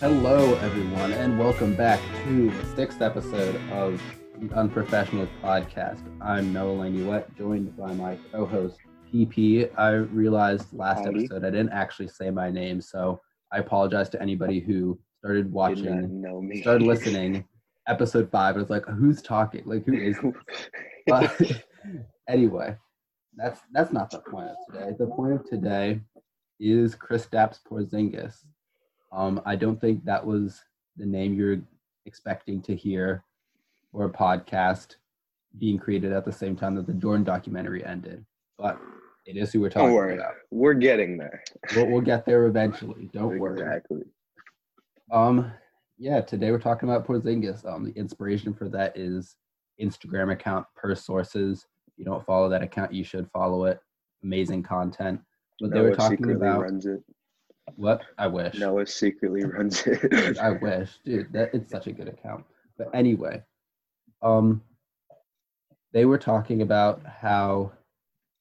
Hello, everyone, and welcome back to the sixth episode of the Unprofessional Podcast. I'm Noah Languette, joined by my co-host PP. I realized last Howdy. episode I didn't actually say my name, so I apologize to anybody who started Did not watching, know me. started listening. Episode five, I was like, "Who's talking? Like, who is?" But anyway, that's that's not the point of today. The point of today is Kristaps Porzingis. Um, I don't think that was the name you're expecting to hear or a podcast being created at the same time that the Jordan documentary ended. But it is who we're talking worry. about. We're getting there. We'll, we'll get there eventually. Don't worry. Exactly. Um, yeah, today we're talking about Porzingis. Um, the inspiration for that is Instagram account per sources. If you don't follow that account, you should follow it. Amazing content. But they were Noah talking secretly about runs it. what I wish. Noah secretly runs it. I wish, dude. That it's such a good account. But anyway, um, they were talking about how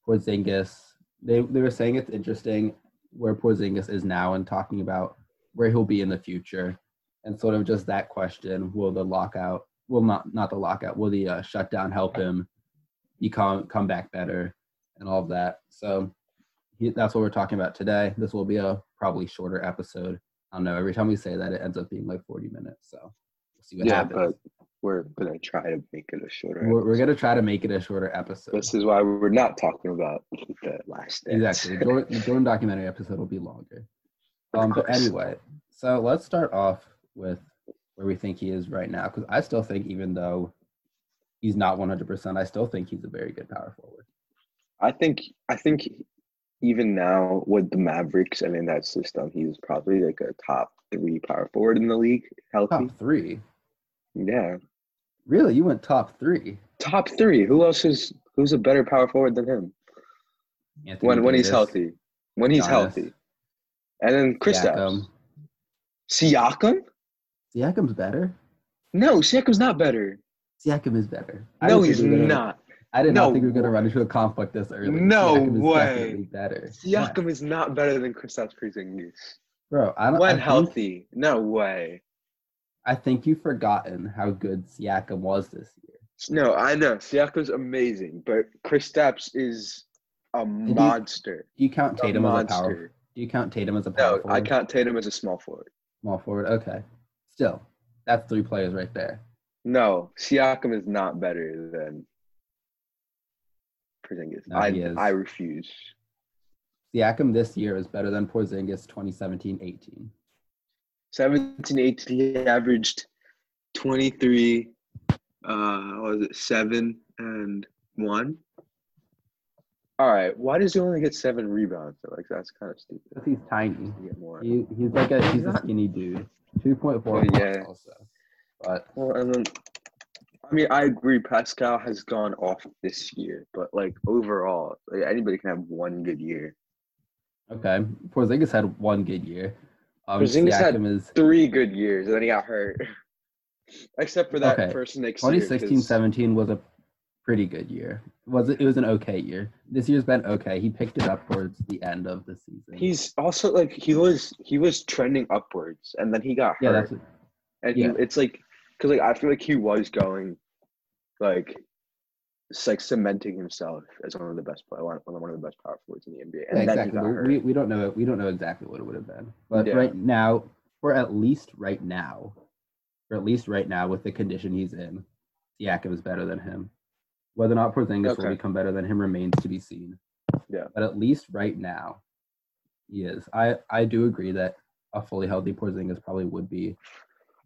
Porzingis. They they were saying it's interesting where Porzingis is now and talking about where he'll be in the future, and sort of just that question: Will the lockout? Will not not the lockout? Will the uh, shutdown help him? Become come back better and all of that. So. he- That's what we're talking about today. This will be a probably shorter episode I don't know. Every time we say that, it ends up being like 40 minutes. So we'll see what yeah, but happens. we're gonna try to make it a shorter. We're, we're going to try to make it a shorter episode. This is why we're not talking about the last dance. exactly. The Jordan, the Jordan documentary episode will be longer. Of Um, but course. anyway, so let's start off with where we think he is right now. Because I still think, even though he's not 100%, I still think he's a very good power forward. I think I think even now with the Mavericks and in that system, he's probably like a top three power forward in the league, healthy. Top three. Yeah, Really? You went top three? top three. Who else is who's a better power forward than him? Anthony when when he's Davis, healthy, when he's Giannis, healthy, and then Kristaps Siakam. Siakam. Siakam's better. No, Siakam's not better. Siakam is better. I No, don't think he's we're gonna- not. I did not No think we were going to run into a conflict this early. No Siakam is way. definitely Better. Siakam is not better than Kristaps Porzingis. Bro, I don't. I When think- healthy, no way. I think you've forgotten how good Siakam was this year. No, I know Siakam's amazing, but Kristaps is a you- monster. Do you count A Tatum as a power? monster. Do you count Tatum as a power No, forward? I count Tatum as a small forward. Small forward. Okay. Still, that's three players right there. No, Siakam is not better than Porzingis. No, he I is. I refuse. Siakam this year is better than Porzingis 2017-18. 17, 18, he averaged 23, uh, what was it, 7 and 1? All right, why does he only get 7 rebounds? though? Like, that's kind of stupid. Because he's tiny. You get more. He, he's like a he's a skinny dude. 2.4 Oh, points yeah. also. But Well, and then, I mean, I agree, Pascal has gone off this year, but, like, overall, like, anybody can have one good year. okay, Porzingis had one good year. Um, Porzingis had Siakam is Three good years, and then he got hurt. Except for that Okay, first next year. 2016 'cause- 17 was a pretty good year. Was it, it was an okay year. This year's been okay. He picked it up towards the end of the season. He's also like he was he was trending upwards, and then he got yeah, hurt. that's and he, Yeah. it's like because like I feel like he was going, like, it's like cementing himself as one of the best one of one of the best power forwards in the NBA. yeah, And then he exactly. got but hurt. We, we don't know we don't know exactly what it would have been. But Yeah. right now, or at least right now, or at least right now with the condition he's in, Siakam is better than him. Whether or not Porzingis will Okay. become better than him remains to be seen. Yeah. But at least right now, he is. I, I do agree that a fully healthy Porzingis probably would be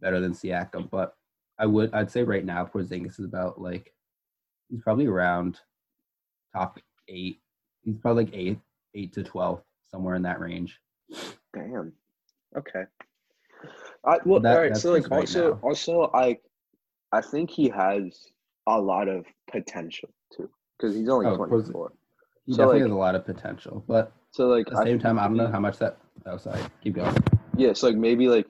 better than Siakam, but I would I'd say right now Porzingis is about like he's probably around top eight. He's probably like eighth, eight to twelve, somewhere in that range. Damn. Okay. I, well, That- all right. that's So like just right also now. also I, I think he has a lot of potential too because he's only Oh, Porzi- twenty four. He So, definitely like- has a lot of potential, but So like at the same think time, I don't he- know how much that. Oh, sorry, keep going. Yeah, so like maybe like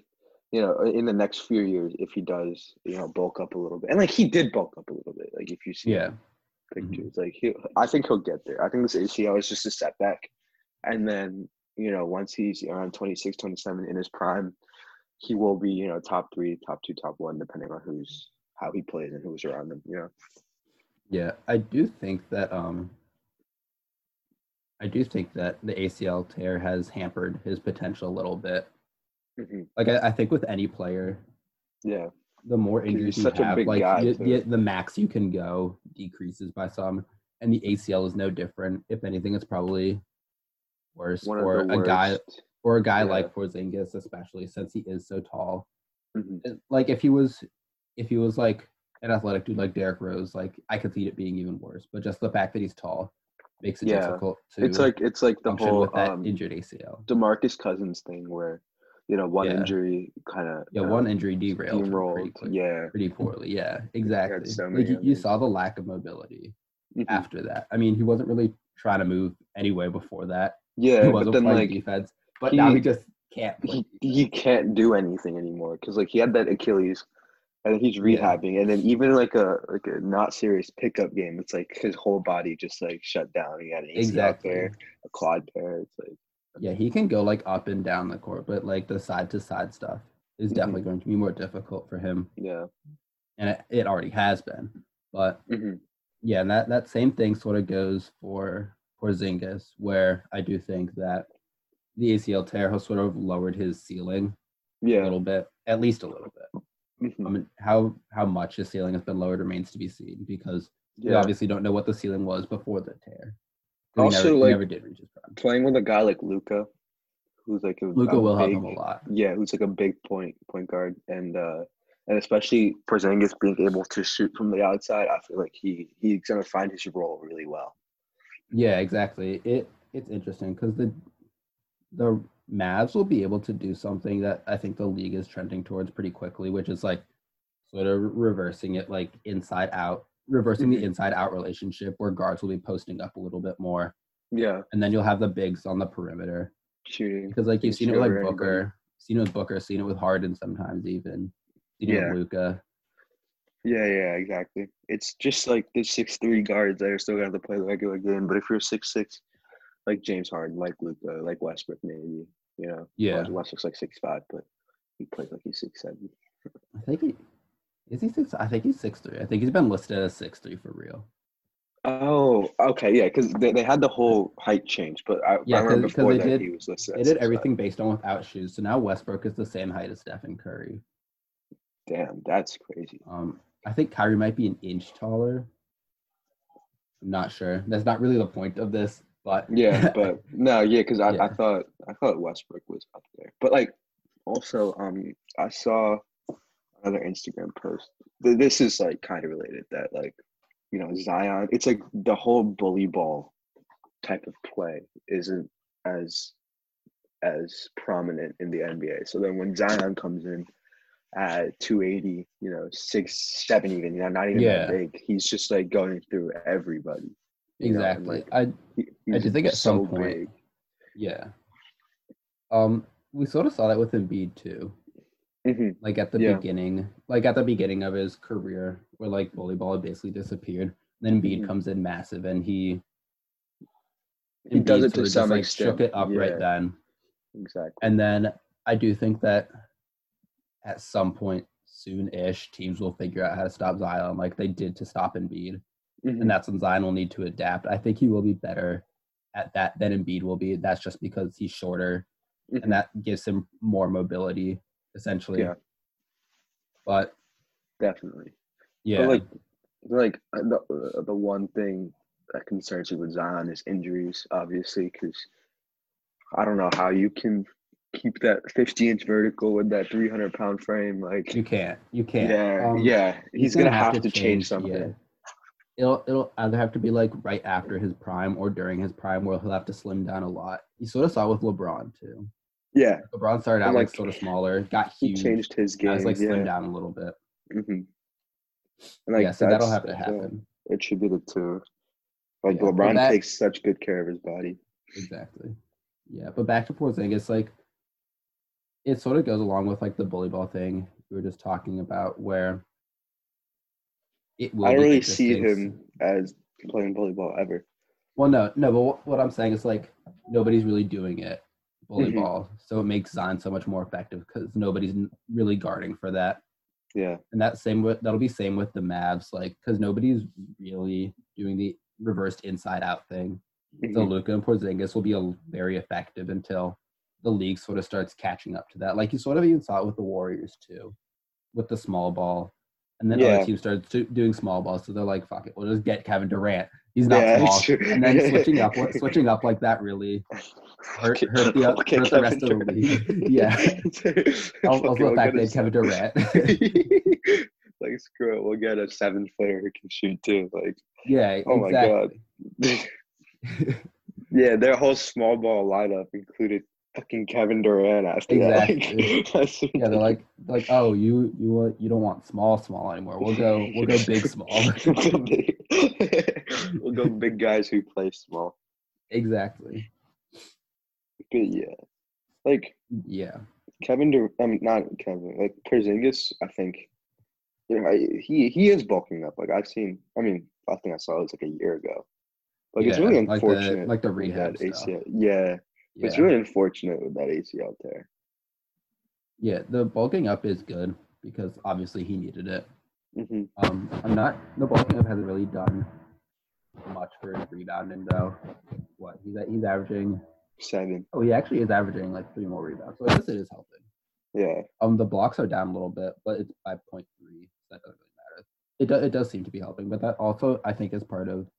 you know in the next few years if he does you know bulk up a little bit and like he did bulk up a little bit like if you see Yeah, Mm-hmm. pictures like he I think he'll get there I think this ACL is just a setback and then you know once he's around 26 27 in his prime he will be, you know, top three, top two, top one, depending on who's how he plays and who's around him. You know, Yeah, I do think that um I do think that the ACL tear has hampered his potential a little bit. Mhm. Like I, I think with any player, yeah, the more injuries you he's such a have, big like guy, the, too. the, the max you can go decreases by some, and the ACL is no different. If anything, it's probably worse one for of the a guy worst. for a guy Yeah. like Porzingis, especially since he is so tall. Mhm. It- Like if he was, if he was like an athletic dude like Derrick Rose, like I could see it being even worse. But just the fact that he's tall makes it Yeah. difficult to It's like it's like the function whole with that um, injured ACL. Demarcus Cousins thing where, you know, one Yeah. injury kind of Yeah, one injury derailed him pretty, steamrolled. quick- uh, Yeah, pretty poorly. Yeah, exactly. so like many you, you others. saw the lack of mobility. Mhm. after that. I mean, he wasn't really trying to move anyway before that. yeah. he But wasn't then playing like defense, but he- now he just can't. play. he, he can't do anything anymore because like he had that Achilles, and he's rehabbing, and then even like a like a not serious pickup game, it's like his whole body just like shut down. He had an ACL exactly. tear, a quad tear. It's like Yeah, he can go like up and down the court, but like the side to side stuff is Mhm. definitely going to be more difficult for him, yeah, and it, it already has been. But hmm yeah, and that that same thing sort of goes for Porzingis, where I do think that the ACL tear has sort of lowered his ceiling a yeah. little bit, at least a little bit. mhm, I mean, how how much his ceiling has been lowered remains to be seen because we yeah. obviously don't know what the ceiling was before the tear. He Also, never, he like, never did reach his prime. Playing with a guy like Luca, who's like a, Luca a will help big- him a lot. Yeah, who's like a big point point guard, and uh, and especially Porzingis being able to shoot from the outside, I feel like he he's gonna find his role really well. Yeah, exactly. It it's interesting because the the Mavs will be able to do something that I think the league is trending towards pretty quickly, which is like sort of reversing it like inside out, reversing Mhm. the inside out relationship where guards will be posting up a little bit more, Yeah, and then you'll have the bigs on the perimeter. shooting. because like you've It's seen it with never like anybody. Booker, seen it with Booker, seen it with Harden sometimes even, seen it Yeah. with Luca. Yeah, yeah, exactly. It's just like the six three guards that are still gonna have to play the regular game. But if you're six six, like James Harden, like Luka, like Westbrook, maybe you know, Yeah, Well, Westbrook's like six five, but he plays like he's six seven. I think he is he six. I think he's six three. I think he's been listed as six three for real. Oh, okay, yeah, because they, they had the whole height change, but I, Yeah, I 'cause- remember 'cause before they that did- he was listed. They at did 6'5". everything based on without shoes, so now Westbrook is the same height as Stephen Curry. Damn, that's crazy. Um, I think Kyrie might be an inch taller. I'm not sure. That's not really the point of this, but Yeah, but no, yeah, because I, I Yeah. thought I thought Westbrook was up there, but like also um I saw another Instagram post. Th- This is like kind of related that like you know Zion. It's like the whole bully ball type of play isn't as as prominent in the NBA. So then when Zion comes in at 280, you know, six seven even, you know, not even Yeah. that big, he's just like going through everybody. you know, and, exactly. like, I he- I do he's think at some so point- big. yeah. Um, we sort of saw that with Embiid too. Mhm. like at the Yeah. beginning, like at the beginning of his career, where like volleyball had basically disappeared. Then Embiid Mhm. comes in massive, and he He does Embiid it to sort of just, some like, extent. Shook it up Yeah. right then, Exactly. and then I do think that at some point soon-ish, teams will figure out how to stop Zion, like they did to stop Embiid, Mm-hmm. and that's when Zion will need to adapt. I think he will be better at that than Embiid will be. That's just because he's shorter and that gives him more mobility, essentially. Mm-hmm. Yeah. But definitely. yeah. But like, like uh, the uh, the one thing that concerns me with Zion is injuries, obviously, because I don't know how you can keep that 50 inch vertical with that 300 pound frame. Like, You can't. You can't. yeah, Um, yeah, he's, gonna, have, to change, yeah. something. It'll it'll either have to be like right after his prime or during his prime, where he'll have to slim down a lot. You sort of saw with LeBron too. Yeah, LeBron started out And, like, like, sort of smaller, got he huge, changed his game. guys like yeah. slimmed down a little bit. Mhm. And, like, yeah, so that'll that's- have to that's, uh, happen. Attributed to like Yeah, but LeBron that- takes such good care of his body. Exactly. Yeah, but back to Porzingis, like it sort of goes along with like the bully ball thing we were just talking about, where it will I don't be really see interesting. him as playing volleyball ever. Well, no, no, but wh- what I'm saying is like nobody's really doing it bully Mhm. ball. So it makes Zion so much more effective because nobody's n- really guarding for that. Yeah. And that same with that'll be same with the Mavs, like because nobody's really doing the reversed inside out thing. So Mhm. Luca and Porzingis will be a, very effective until the league sort of starts catching up to that. Like you sort of even saw it with the Warriors too, with the small ball. And then Yeah. other teams started do- doing small balls, so they're like, "Fuck it, we'll just get Kevin Durant. He's not Yeah, small." it's true. And then switching up, switching up like that really hurt, Okay, hurt the, okay, hurt the rest of the league. Kevin Yeah. Also, also the fact they had Kevin Durant. Durant. like screw it, we'll get a seven footer who can shoot too. Like yeah. oh my exactly. god. yeah, their whole small ball lineup included fucking Kevin Durant after Exactly. that. Like, that's Yeah, they're like like oh you you want you don't want small small anymore. We'll go we'll go big small. we'll go big guys who play small. exactly. But yeah, like Yeah. Kevin, Dur- I mean not Kevin, like Porzingis. I think you know, I, he he is bulking up. Like I've seen. I mean, I think I saw it was like a year ago. Like it's Yeah, really like the- unfortunate. like the with rehab that stuff. ACL. Yeah, Yeah. it's really unfortunate with that ACL tear. yeah. The bulking up is good because obviously he needed it. hmm Um, I'm not the bulking up hasn't really done much for his rebounding though. What he's at, he's averaging. Seven. Oh, he actually is averaging like three more rebounds. So I guess it is helping. Yeah. Um, the blocks are down a little bit, but it's five point three. So that doesn't really matter. It does. It does seem to be helping, but that also I think is part of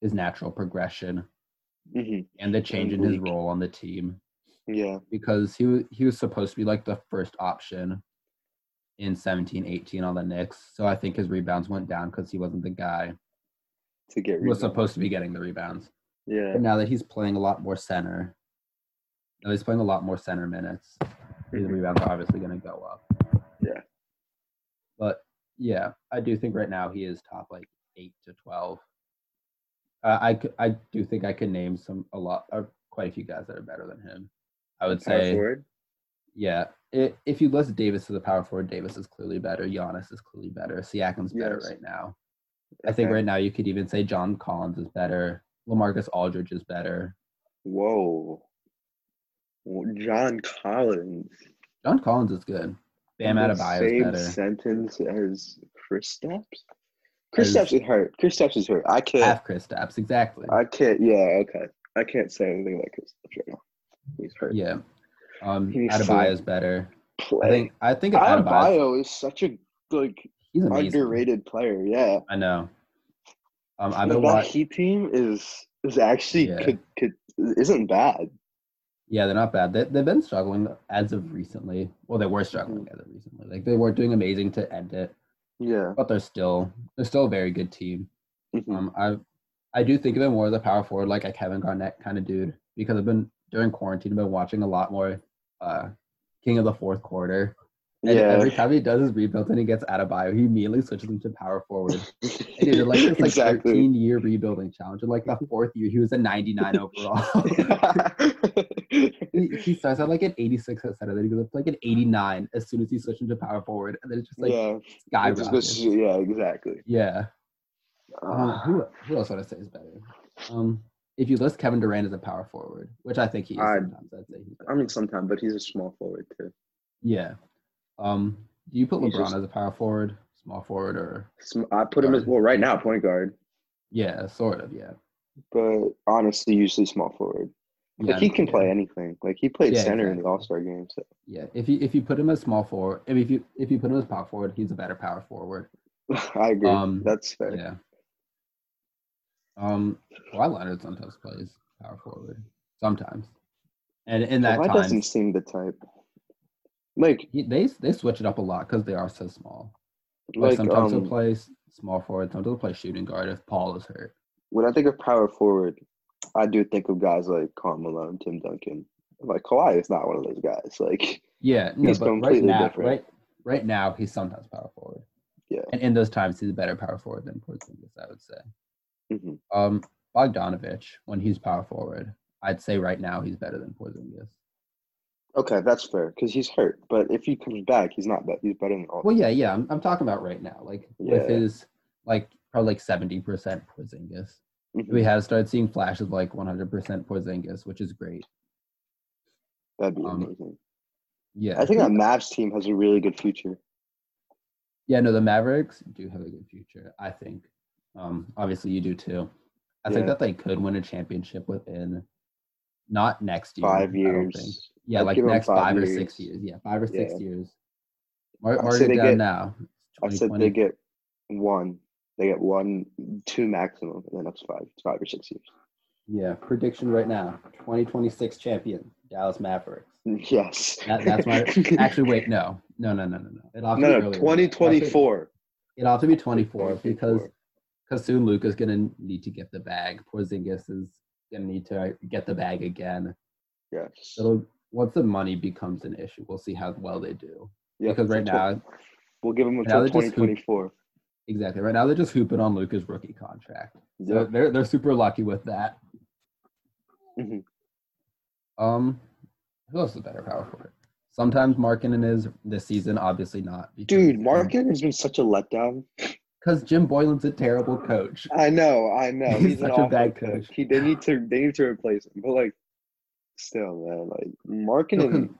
his natural progression hmm and the change in his Leak. role on the team Yeah. because he wa- he was supposed to be like the first option in 17, 18 on the Knicks. So I think his rebounds went down because he wasn't the guy To get who was rid of. supposed to be getting the rebounds. Yeah. But now that he's playing a lot more center, now he's playing a lot more center minutes. His Mhm. rebounds are obviously going to go up. Yeah. But yeah, I do think right now he is top like eight to twelve. Uh, I c- I do think I can name some a lot or quite a few guys that are better than him. I would Power say forward? yeah. i if you list Davis to the power forward, Davis is clearly better. Giannis is clearly better. Siakam's better Yes. right now. I think Okay. right now you could even say John Collins is better. Lamarcus Aldridge is better. Whoa. Well, John Collins. John Collins is good. Bam in the Adebayo is same better. sentence as Chris Steps? As- Chris Steps is hurt. Chris Steps is hurt. I can't. Half Chris Stapps, exactly. I can't. Yeah. Okay. I can't say anything about Chris Steps right now. He's hurt. Yeah. Um, He needs to Adebayo is better. I Play. think I think it's Adebayo. Adebayo is such a like He's amazing. underrated player. Yeah. I know. Um, I've Like, been that watching. Heat team is is actually Yeah. could could isn't bad. Yeah, they're not bad. They, they've been struggling as of recently. Well, they were struggling Mm-hmm. as of recently. Like they weren't doing amazing to end it, Yeah. but they're still they're still a very good team. Mhm. Um, I I do think of him more as a power forward, like a Kevin Garnett kind of dude, because I've been during quarantine, I've been watching a lot more uh, King of the Fourth Quarter. And yeah. every time he does his rebuilds and he gets out of bio, he immediately switches him to power forward. And he did like this like 13 year rebuilding challenge. And like the fourth year, he was a 99 overall. he, he starts at like an 86 at center, then he goes up to like an 89 as soon as he switches into power forward. And then it's just like yeah. sky It just goes- skyrockets. yeah, exactly. Yeah. Um, Uh, who, who else would I say is better? Um, if you list Kevin Durant as a power forward, which I think he is I- sometimes, I'd say he's better. I mean, sometimes, but he's a small forward too. yeah. Um, do you put He's LeBron just- as a power forward, small forward, or Sm- I put him as well right now, point guard, yeah, sort of, yeah. but honestly, usually small forward. yeah Like he I'm- can yeah. play anything. Like he played Yeah, center in the exactly. All Star game. So Yeah, if you if you put him as small forward, if you if you put him as power forward, he's a better power forward. I agree. Um, That's fair. Yeah. Um, Kawhi Leonard sometimes plays power forward, sometimes, and in that Kawhi time, doesn't seem the type. Like, he, they they switch it up a lot because they are so small. Like, like, sometimes um, he'll play s- small forward, sometimes he'll play shooting guard if Paul is hurt. when I think of power forward, I do think of guys like Karl Malone, Tim Duncan. Like Kawhi is not one of those guys. Like, Yeah, no, He's but right completely now, different. right right now, he's sometimes power forward. Yeah. and in those times, he's a better power forward than Porzingis, I would say. mhm. Um, Bogdanovich, when he's power forward, I'd say right now he's better than Porzingis. okay, that's fair because he's hurt. But if he comes back, he's not. bad. He's better than all. Well, yeah, yeah, I'm, I'm talking about right now, like with Yeah. his like probably like seventy percent Porzingis. Mhm. We have started seeing flashes of, like one hundred percent Porzingis, which is great. That'd be Um, amazing. Yeah. I think that Mavs team has a really good future. Yeah, no, the Mavericks do have a good future, I think. Um, obviously, you do too. I think Yeah. that they could win a championship within not next year. I Five don't think. years. Yeah, I'd like give 'em next five five, or years. six years. Yeah, five or six Yeah. years. Mark, I'd mark say it they down get- now. I It's said they 2020. get one. They get one, two maximum in the next five, five or six years. Yeah, prediction right now 2026 champion, Dallas Mavericks. Yes. That- that's my- Actually, wait, no. No, no, no, no, no. It'll have to be no, earlier no, than that. twenty twenty four. It'll have to be 24 because 24. because soon Luca's gonna need to get the bag. Porzingis is gonna need to uh, get the bag again. Yes. It'll once the money becomes an issue, we'll see how well they do. Yep, because right tw- now- we'll give them now until they're just twenty hoop- twenty four. Exactly. Right now they're just hooping on Luca's rookie contract. So they're they're super lucky with that. Mhm. Um, who else is a better power forward? Sometimes Markkinen is this season, obviously not. Dude, Markin has been such a letdown. Because Jim Boylan's a terrible coach. I know, I know. He's He's, such an a awful bad coach. coach. He they need to they need to replace him. But like still man, like Because Markin is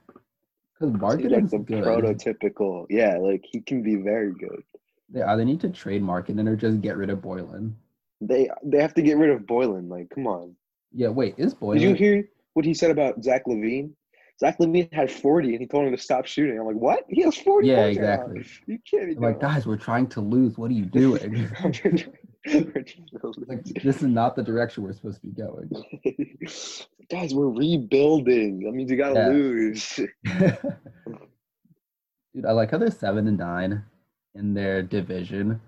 like Markkinen's the good. prototypical yeah, like he can be very good. They either need to trade Markkinen or just get rid of Boylan. They they have to get rid of Boylan. Like, come on. Yeah, wait, is Boylan? Did you hear what he said about Zach Levine? Zach Levine had 40 and he told him to stop shooting. I'm like, what? He has 40. Yeah, points right now. exactly. You can't be I'm like, guys, we're trying to lose. What are you doing? like, this is not the direction we're supposed to be going. guys, we're rebuilding. That means you gotta Yeah. lose. Dude, I like how they're seven and nine in their division,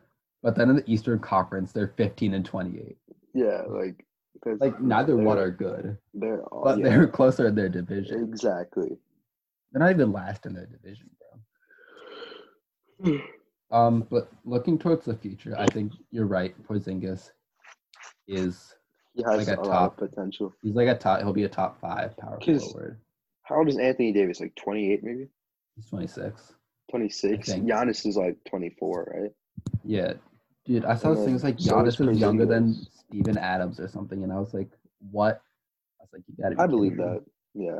but then in the Eastern Conference, they're 15 and 28. Yeah, like that's- Like, neither they're- one are good, They're all, but yeah, they're closer in their division. exactly. They're not even last in their division, bro. um, but looking towards the future, I think you're right. Porzingis is He has Like a a, lot top. of potential. he's like a top. He'll be a top five power 'Cause- forward. How old is Anthony Davis? Like 28, maybe He's 26. 26. I think. Giannis is like 24, right? Yeah, dude, I saw And things then like so is Giannis is younger than Porzingis. Steven Adams or something, and I was like, what? I was like, you gotta. be I believe kidding me. that. Yeah.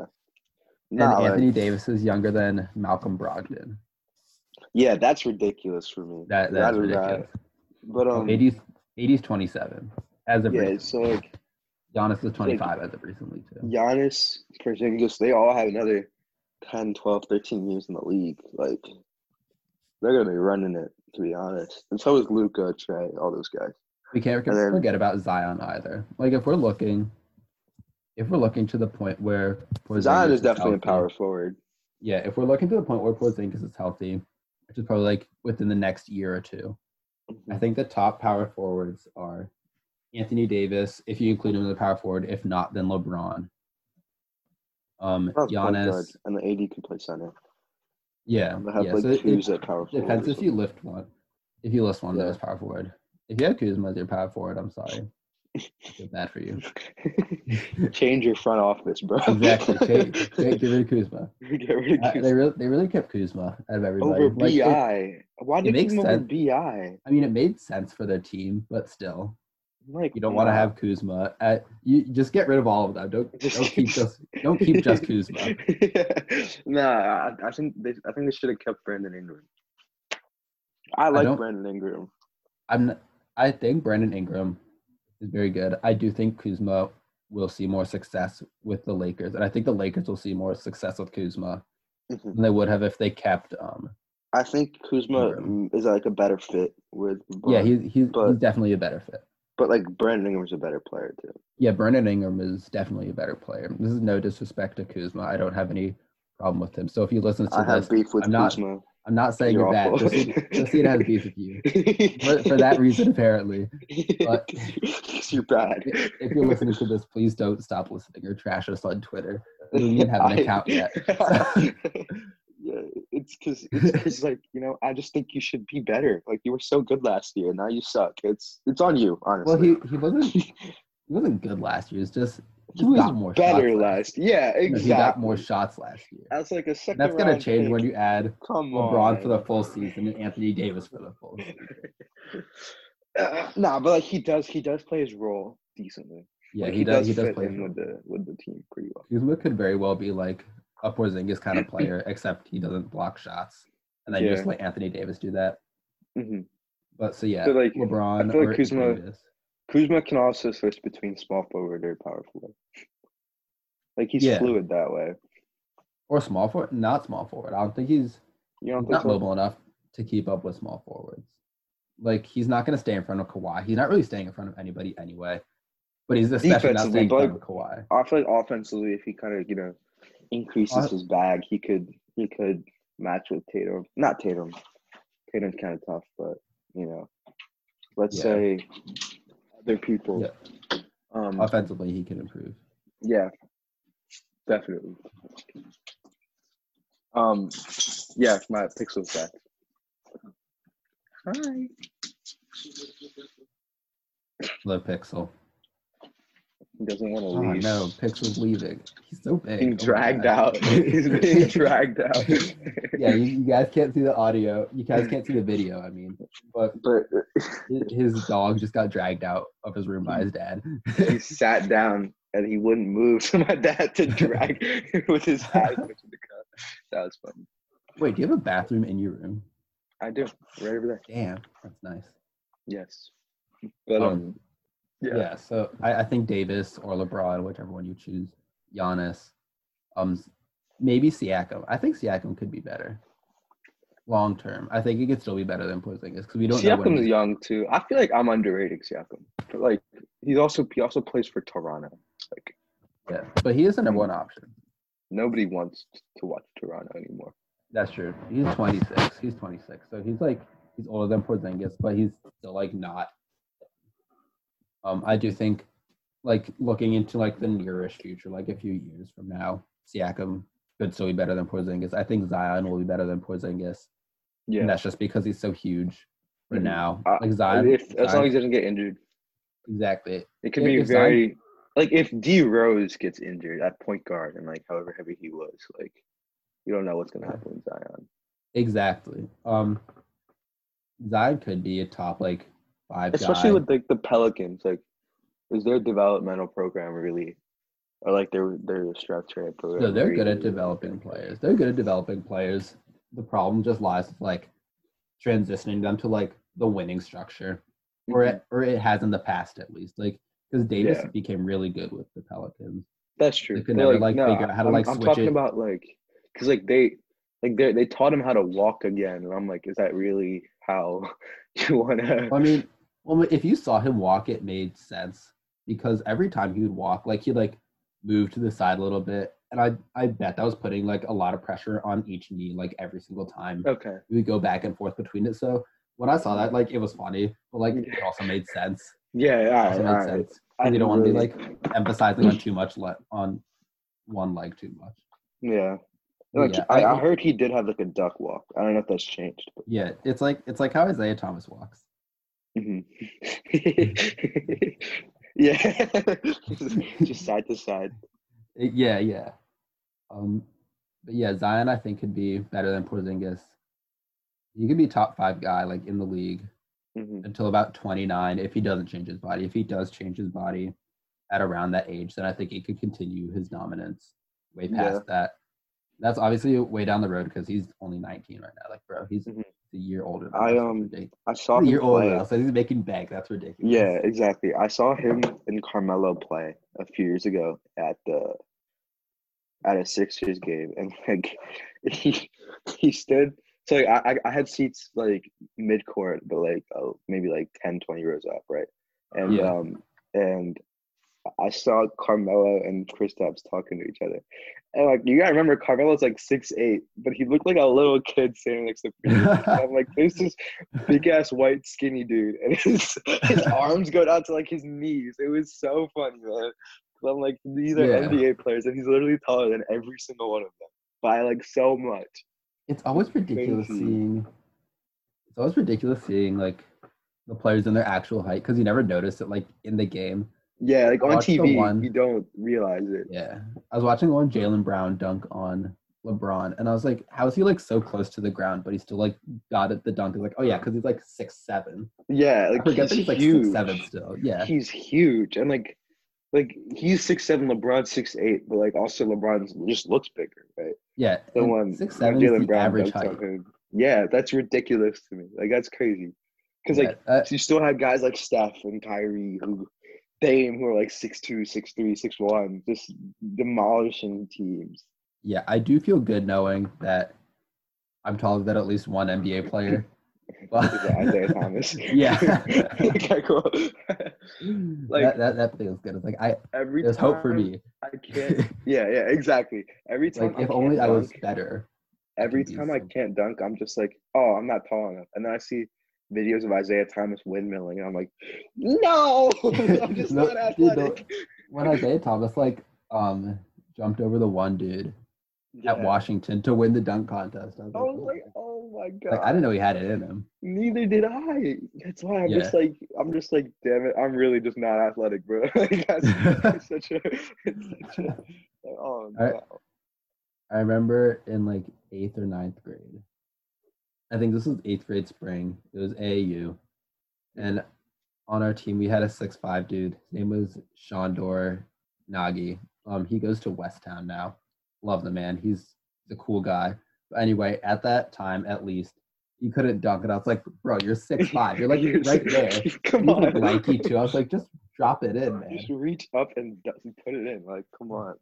And Nah, like- Anthony Davis is younger than Malcolm Brogdon. yeah, that's ridiculous for me. That that's Rather ridiculous. But um, 80s, 80s 27 as of yeah. recent. So like Giannis is 25 as of recently too. Giannis, Porzingis, they all have another 10, 12, 13 years in the league. Like they're gonna be running it, to be honest. And so is Luca, Trey, all those guys. We can't And then- forget about Zion either. Like if we're looking, if we're looking to the point where Porzingis Zion is definitely a healthy- power forward. Yeah, if we're looking to the point where Porzingis is healthy, which is probably like within the next year or two, I think the top power forwards are Anthony Davis, if you include him in the power forward. If not, then LeBron. Um, That's point guard, Giannis. and the AD can play center. Yeah, They have yeah. like so it- twos at power forward. Depends or if you lift one. If you list one Yeah. of those power forward. If you have Kuzma as your power forward, I'm sorry. I feel bad for you. something. Change your front office, bro. Exactly. Take, take, get rid of Kuzma. Get rid of Uh, Kuz- they really they really kept Kuzma out of everybody. over Like, it- Bi. Why it did you makes come over sense. Bi? I mean it made sense for their team, but still. Like You don't want to nah. have Kuzma at you just get rid of all of them. Don't Just don't keep keep- just don't keep just Kuzma. nah, I, I think they, I think they should have kept Brandon Ingram. I like don't- Brandon Ingram. I'm n- I think Brandon Ingram is very good. I do think Kuzma will see more success with the Lakers. And I think the Lakers will see more success with Kuzma Mhm. than they would have if they kept um I think Kuzma Ingram. is like a better fit with. Yeah, LeBron, he's he's, but- he's definitely a better fit. but like Brandon Ingram's a better player too. Yeah, Brandon Ingram is definitely a better player. This is no disrespect to Kuzma. I don't have any problem with him. So if he listens to I have this, beef with I'm not- Kuzma. I'm not saying You're you're bad. awful. Just, just see it has beef with you. For, for that reason, apparently. but- you're bad. If you're listening to this, please don't stop listening or trash us on Twitter. We don't even have an I- account yet. yeah, it's because it's 'cause, like you know I just think you should be better. Like you were so good last year, now you suck. It's it's on you, honestly. Well, he, he wasn't he wasn't good last year. It's just He he was got more better shots last. Yeah, year. exactly. He got more shots last year. That's like a second. That's gonna round change pick. when you add come LeBron on. for the full season and Anthony Davis for the full season. Uh, nah, but like he does, he does play his role decently. Yeah, Like, he, does. He does fit play. in for- with the with the team pretty well. Kuzma could very well be like a Porzingis kind of player, except he doesn't block shots, and then you just let Anthony Davis do that. hmm But so yeah, So, like, LeBron I feel like or Kuzma- Davis. Kuzma can also switch between small forward or power forward. Like he's Yeah. fluid that way. or small forward, not small forward. I don't think he's You don't think not so? mobile enough to keep up with small forwards. Like he's not going to stay in front of Kawhi. He's not really staying in front of anybody anyway. But he's especially not Defensively, staying in front but- of Kawhi. I feel like offensively, if he kind of you know increases Uh, his bag, he could he could match with Tatum. Not Tatum. Tatum's kind of tough, but you know, let's Yeah. say other people. Yeah. Um, Offensively, he can improve. Yeah, definitely. Um, yeah, my pixel's back. Hi. Low Pixel. He doesn't want to Oh leave. no, Pixel's leaving. He's so big. Being Oh my dragged God. out. He's being dragged out. yeah, you, you guys can't see the audio. You guys can't see the video. I mean, but But hi- his dog just got dragged out of his room by his dad. he sat down and he wouldn't move, so my dad to drag with his eyes into the cup. That was fun. Wait, do you have a bathroom in your room? I do. Right over there. Damn, that's nice. Yes. But um, Um, yeah. Yeah. so I, I think Davis or LeBron, whichever one you choose, Giannis, um, s- maybe Siakam. I think Siakam could be better long term. I think he could still be better than Porzingis because we don't know when Siakam's he's- young too. I feel like I'm underrating Siakam. But like he's also he also plays for Toronto. Like yeah. but he is the number one option. nobody wants to watch Toronto anymore. That's true. He's 26. He's 26, so he's like he's older than Porzingis, but he's still like not. Um, I do think, like looking into like the nearest future, like a few years from now, Siakam could still be better than Porzingis. I think Zion will be better than Porzingis. Yeah. And that's just because he's so huge for Mhm. now. Uh, Like Zion, if, as long Zion- as he doesn't get injured. exactly. It could If- be if Zion- very like if D Rose gets injured at point guard and like however heavy he was, like you don't know what's gonna happen with Zion. Exactly. Um Zion could be a top like five Especially guy. with like the Pelicans, like is their developmental program really or like their their strength training program? No, they're good really- at developing players. They're good at developing players. The problem just lies with like transitioning them to like the winning structure, or it, or it has in the past at least. Like because Davis Mm-hmm. Yeah. became really good with the Pelicans. That's true. They could They're never, like, figure out how to, I'm, like, I'm switch talking it. about like, cause like they, like they they taught him how to walk again, and I'm like, is that really how you wanna? I mean, well, if you saw him walk, it made sense because every time he would walk, like he'd like move to the side a little bit, and I I bet that was putting like a lot of pressure on each knee, like every single time Okay. we would go back and forth between it. So when I saw that, like it was funny, but like it also made sense. Yeah. It All also right. made All right. sense. And you don't want to be really- like emphasizing on too much le- on one leg too much. Yeah. But Like yeah, I, I- I heard he did have like a duck walk. I don't know if that's changed, but Yeah, it's like it's like how Isaiah Thomas walks. mhm. yeah, just side to side. It- yeah, yeah. Um, but yeah, Zion I think could be better than Porzingis. He could be top five guy like in the league hmm until about 29 if he doesn't change his body. If he does change his body at around that age, then I think he could continue his dominance way past Yeah. that. That's obviously way down the road because he's only 19 right now. Like, bro, he's Mhm. a year older. Than us. I, That's um, ridic- I saw a him year older. play. than us, So he's making bank. That's ridiculous. Yeah, exactly. I saw him and Carmelo play a few years ago at the at a Sixers game, and like he he stood. So like, I I- I had seats like mid court, but like oh, maybe like 10, 20 rows up, right? And Yeah. um and I saw Carmelo and Kristaps talking to each other, and like you gotta remember Carmelo's like six eight, but he looked like a little kid standing next to. I'm like, this is big ass white skinny dude, and his his arms go down to like his knees. It was so funny, man. 'Cause I'm like, these are Yeah. NBA players, and he's literally taller than every single one of them by like so much. It's always ridiculous crazy. seeing. It's always ridiculous seeing like the players in their actual height because you never notice it like in the game. Yeah, like on Watch the TV, one- you don't realize it. Yeah, I was watching the one Jalen Brown dunk on LeBron, and I was like, "How is he like so close to the ground, but he still like got it the dunk?" He's like, "Oh yeah, because he's like six seven. Yeah, I like forget he's that he's like huge. six seven still. Yeah, He's huge, and like like he's six seven, LeBron's six eight, but like also LeBron's just looks bigger, right? Yeah, The and one six when seven is the average dunked on height. him. Yeah, that's ridiculous to me. Like that's crazy. Because like Yeah, uh, you still had guys like Steph and Kyrie who Dame who are like six two, six three, six one, just demolishing teams. yeah, I do feel good knowing that I'm taller than at least one NBA player. Well- Yeah, Isaiah Thomas. Yeah. okay, cool. Like- that, that that feels good. It's like I Every there's hope for time me. I can't. Yeah, yeah, exactly. Every time like I if can't only I was dunk- better. every could use time I some. can't dunk, I'm just like, oh, I'm not tall enough. And then I see videos of Isaiah Thomas windmilling, and I'm like, no, I'm just No, not dude, no. athletic. When Isaiah Thomas like um jumped over the one dude at Yeah. Washington to win the dunk contest, I was I like, was "Oh." like, oh my god. Like, I didn't know he had it in him. Neither did I. That's why I'm Yeah. just like, I'm just like, damn it, I'm really just not athletic, bro. like that's, that's such a, it's such a, oh I- no. I remember in like eighth or ninth grade. I think this was eighth grade spring. It was AAU. And on our team we had a six five dude. His name was Shondor Nagi. Um he goes to Westtown now. Love the man. He's the cool guy. But anyway, at that time at least, he couldn't dunk it. I was like, bro, you're six five. You're like right there. He's Come like on, lanky too. I was like, just drop it in, Just man. reach up and d- put it in. Like, come on.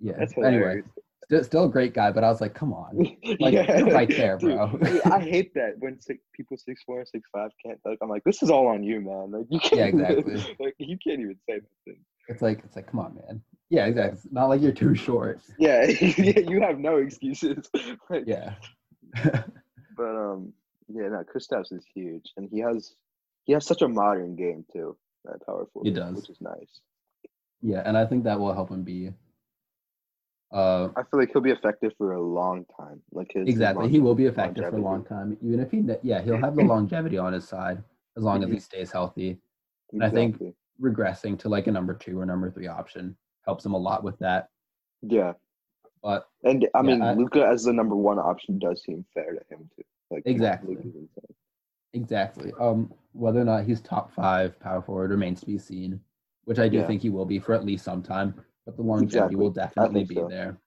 Yeah. That's Anyway, hilarious. still, still a great guy, but I was like, come on. Like, you're right there, Dude, bro. dude, I hate that when six, people six four and six five can't like. I'm like, this is all on you, man. Like you can't. Yeah, exactly. Like you can't even say nothing. It's like it's like come on, man. Yeah, exactly. It's not like you're too short. Yeah, yeah, you have no excuses. Like, Yeah, But um, yeah, no, Kristaps is huge, and he has he has such a modern game too. That powerful. He does. which is nice. yeah, and I think that will help him be. Uh, I feel like he'll be effective for a long time. Like his exactly. long- He will be effective for a longevity. long time, even if he ne- yeah he'll have the longevity on his side as long Mm-hmm. as he stays healthy. and I think- exactly. Regressing to like a number two or number three option helps him a lot with that. yeah, But and I Yeah, mean I- Luca as the number one option does seem fair to him too. Like Exactly. Luka's insane. exactly, um, whether or not he's top five power forward remains to be seen, which I do Yeah. think he will be for at least some time. But the longevity Exactly. will definitely think be so. there.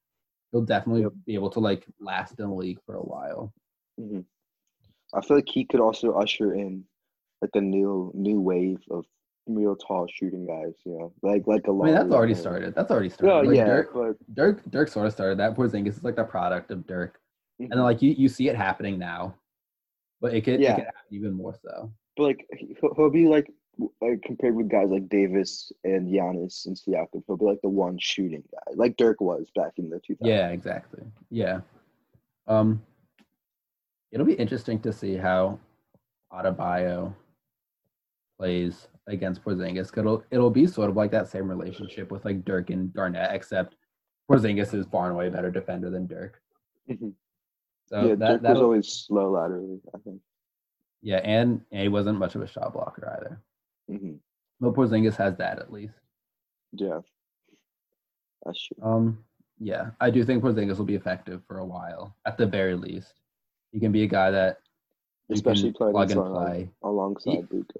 He'll definitely Yep. be able to like last in the league for a while. Mhm. I feel like he could also usher in like a new new wave of real tall shooting guys. You know, like like a. I mean, that's Lonzo already Ball. started. That's already started. Well, Like, yeah, Dirk, but Dirk, Dirk sort of started that. Porzingis is like the product of Dirk, and then, like you, you see it happening now, but it could, it Mm-hmm. Yeah. could happen even more so. But like he- he'll, he'll be like w- like compared with guys like Davis and Giannis and Siakam, he'll be like the one shooting guy, like Dirk was back in the 2000s. Yeah, exactly. Yeah, um, it'll be interesting to see how Adebayo plays against Porzingis. 'cause It'll it'll be sort of like that same relationship with like Dirk and Garnett, except Porzingis is far and away a better defender than Dirk. Mhm. So yeah. that Dirk was that'll- always slow laterally, I think. Yeah, and, and he wasn't much of a shot blocker either. hmm But Porzingis has that at least. Yeah, that's true. Um, yeah, I do think Porzingis will be effective for a while, at the very least. He can be a guy that you can Especially playing plug and alongside- play. alongside Luca.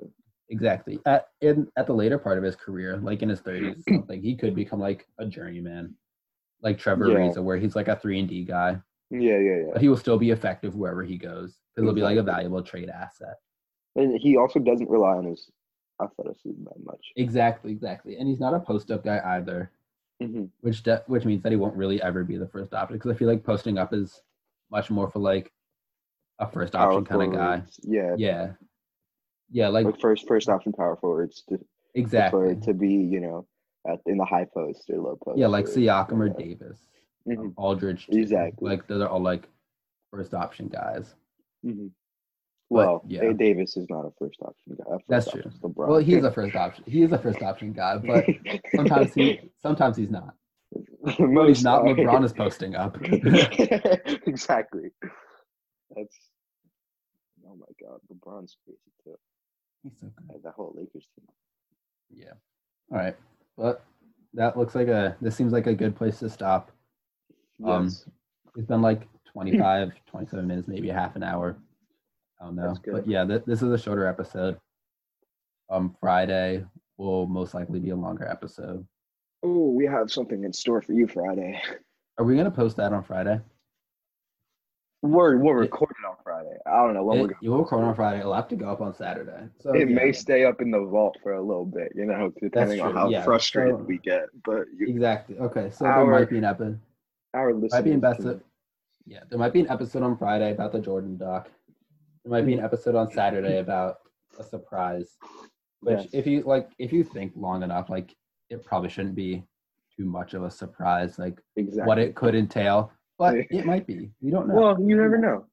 Exactly. At in at the later part of his career, like in his thirties, something he could become like a journeyman, like Trevor Yeah. Ariza, where he's like a three and D guy, Yeah, yeah, yeah. but he will still be effective wherever he goes. Because he'll be like a Exactly. valuable trade asset. And he also doesn't rely on his athleticism that much. Exactly, exactly. And he's not a post up guy either. hmm which de- which means that he won't really ever be the first option because I feel like posting up is much more for like a first Oh, option kind of guy. Yeah. Yeah, yeah, like Like first, first option power forwards to, exactly. to be, you know, at, in the high post or low post. Yeah, like or- Siakam or yeah. Davis, Mhm. um, Aldridge. Exactly. Like those are all like first option guys. hmm Well, yeah. A- Davis is not a first option guy. A First That's option true. is LeBron. Well, he is a first option. He is a first option guy, but sometimes he sometimes he's not. Most He's not. are. LeBron is posting up. exactly. That's. Oh my God, LeBron's crazy too. He's so good. And That whole Lakers team. Yeah. All right, but that looks like a. This seems like a good place to stop. Um, Yes, it's been like 25 27 minutes maybe half an hour i don't know That's good. but yeah th- this is a shorter episode um friday will most likely be a longer episode Oh, we have something in store for you Friday. Are we gonna post that on Friday? We're we're It- recording on Friday. I don't know when we're It, going. you will record on Friday. It'll have to go up on Saturday. So It yeah, may stay up in the vault for a little bit, you know, depending on true, how yeah, frustrated so- we get. But you, exactly. Okay, so Our- there might be an episode. our Might be an listeners, episode. can- Yeah, there might be an episode on Friday about the Jordan doc. There might be an episode on Saturday about a surprise. Which, Yes. if you like, if you think long enough, like it probably shouldn't be too much of a surprise, like exactly. what it could entail. But it might be. We don't know well, you never know.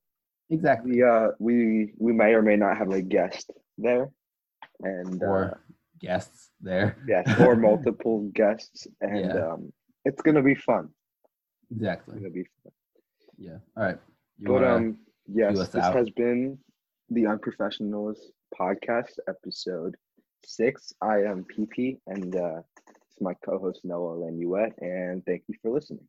exactly. We uh, we we may or may not have a guest there, and uh, Or guests there. yes, or multiple guests, and Yeah. um, it's gonna be fun. It's Exactly. gonna be fun. Yeah. All right. You but wanna- um, yes, us this out? has been the Unprofessionals podcast episode six. I am PP, and uh, it's my co-host Noah Lanuet, and thank you for listening.